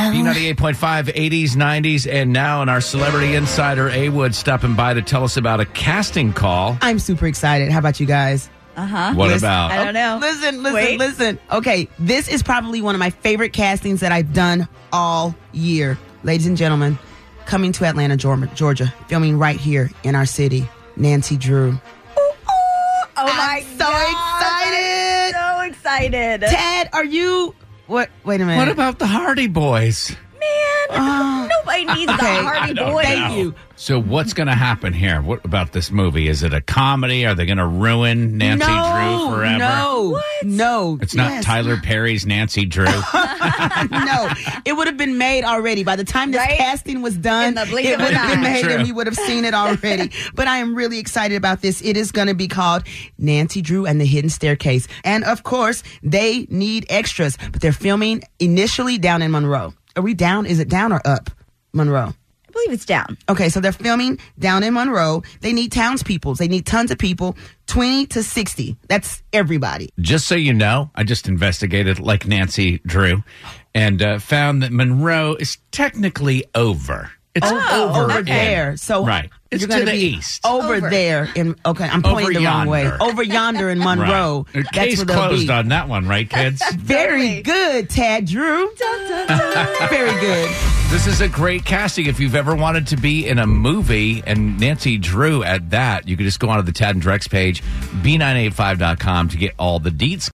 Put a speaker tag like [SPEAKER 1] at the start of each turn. [SPEAKER 1] Uh-huh.
[SPEAKER 2] B98.5, 80s, 90s, and now, and our celebrity insider, A Wood, stopping by to tell us about a casting call.
[SPEAKER 1] I'm super excited. How about you guys?
[SPEAKER 2] What
[SPEAKER 1] Listen,
[SPEAKER 2] about?
[SPEAKER 3] I don't know.
[SPEAKER 1] Listen, listen,
[SPEAKER 3] Wait.
[SPEAKER 1] listen. Okay, this is probably one of my favorite castings that I've done all year. Ladies and gentlemen, coming to Atlanta, Geor- Georgia, filming right here in our city, Nancy Drew.
[SPEAKER 3] Oh
[SPEAKER 1] I'm
[SPEAKER 3] my
[SPEAKER 1] so
[SPEAKER 3] god! I'm so excited.
[SPEAKER 1] Ted, are you. What? Wait a minute.
[SPEAKER 2] What about the Hardy Boys?
[SPEAKER 3] Man, nobody needs
[SPEAKER 1] okay.
[SPEAKER 3] the Hardy Boys.
[SPEAKER 1] Oh, Thank you.
[SPEAKER 2] So what's going to happen here? What about this movie? Is it a comedy? Are they going to ruin Nancy
[SPEAKER 1] no,
[SPEAKER 2] Drew forever?
[SPEAKER 1] No. No.
[SPEAKER 2] It's not
[SPEAKER 1] yes.
[SPEAKER 2] Tyler Perry's Nancy Drew.
[SPEAKER 1] no, it would have been made already. By the time this
[SPEAKER 3] Right?
[SPEAKER 1] casting was done,
[SPEAKER 3] In the blink
[SPEAKER 1] it
[SPEAKER 3] of an
[SPEAKER 1] would have been
[SPEAKER 3] eye.
[SPEAKER 1] made
[SPEAKER 2] True.
[SPEAKER 1] and we would have seen it already. but I am really excited about this. It is going to be called Nancy Drew and the Hidden Staircase. And of course, they need extras, but they're filming initially down in Monroe. Are we down? Is it down or up? Monroe.
[SPEAKER 3] I believe it's down.
[SPEAKER 1] Okay, so they're filming down in Monroe. They need townspeople. They need tons of people, 20 to 60. That's everybody.
[SPEAKER 2] just so you know, I just investigated like Nancy Drew and uh, found that Monroe is technically over. It's Oh, over,
[SPEAKER 1] Oh, over
[SPEAKER 2] in.
[SPEAKER 1] there. So
[SPEAKER 2] right, it's
[SPEAKER 1] you're
[SPEAKER 2] to
[SPEAKER 1] going
[SPEAKER 2] the
[SPEAKER 1] be
[SPEAKER 2] east.
[SPEAKER 1] Over,
[SPEAKER 3] Over.
[SPEAKER 1] there in okay, I'm pointing
[SPEAKER 2] Over
[SPEAKER 1] the wrong way.
[SPEAKER 2] yonder.
[SPEAKER 1] Over yonder in
[SPEAKER 2] Right.
[SPEAKER 1] Monroe.
[SPEAKER 2] Uh, Case
[SPEAKER 1] they'll
[SPEAKER 2] closed on that one, right, kids?
[SPEAKER 1] Very good, Tad Drew. Very good.
[SPEAKER 2] this is a great casting. If you've ever wanted to be in a movie and Nancy Drew at that, you can just go onto the Tad and Drex page, b985.com to get all the deets.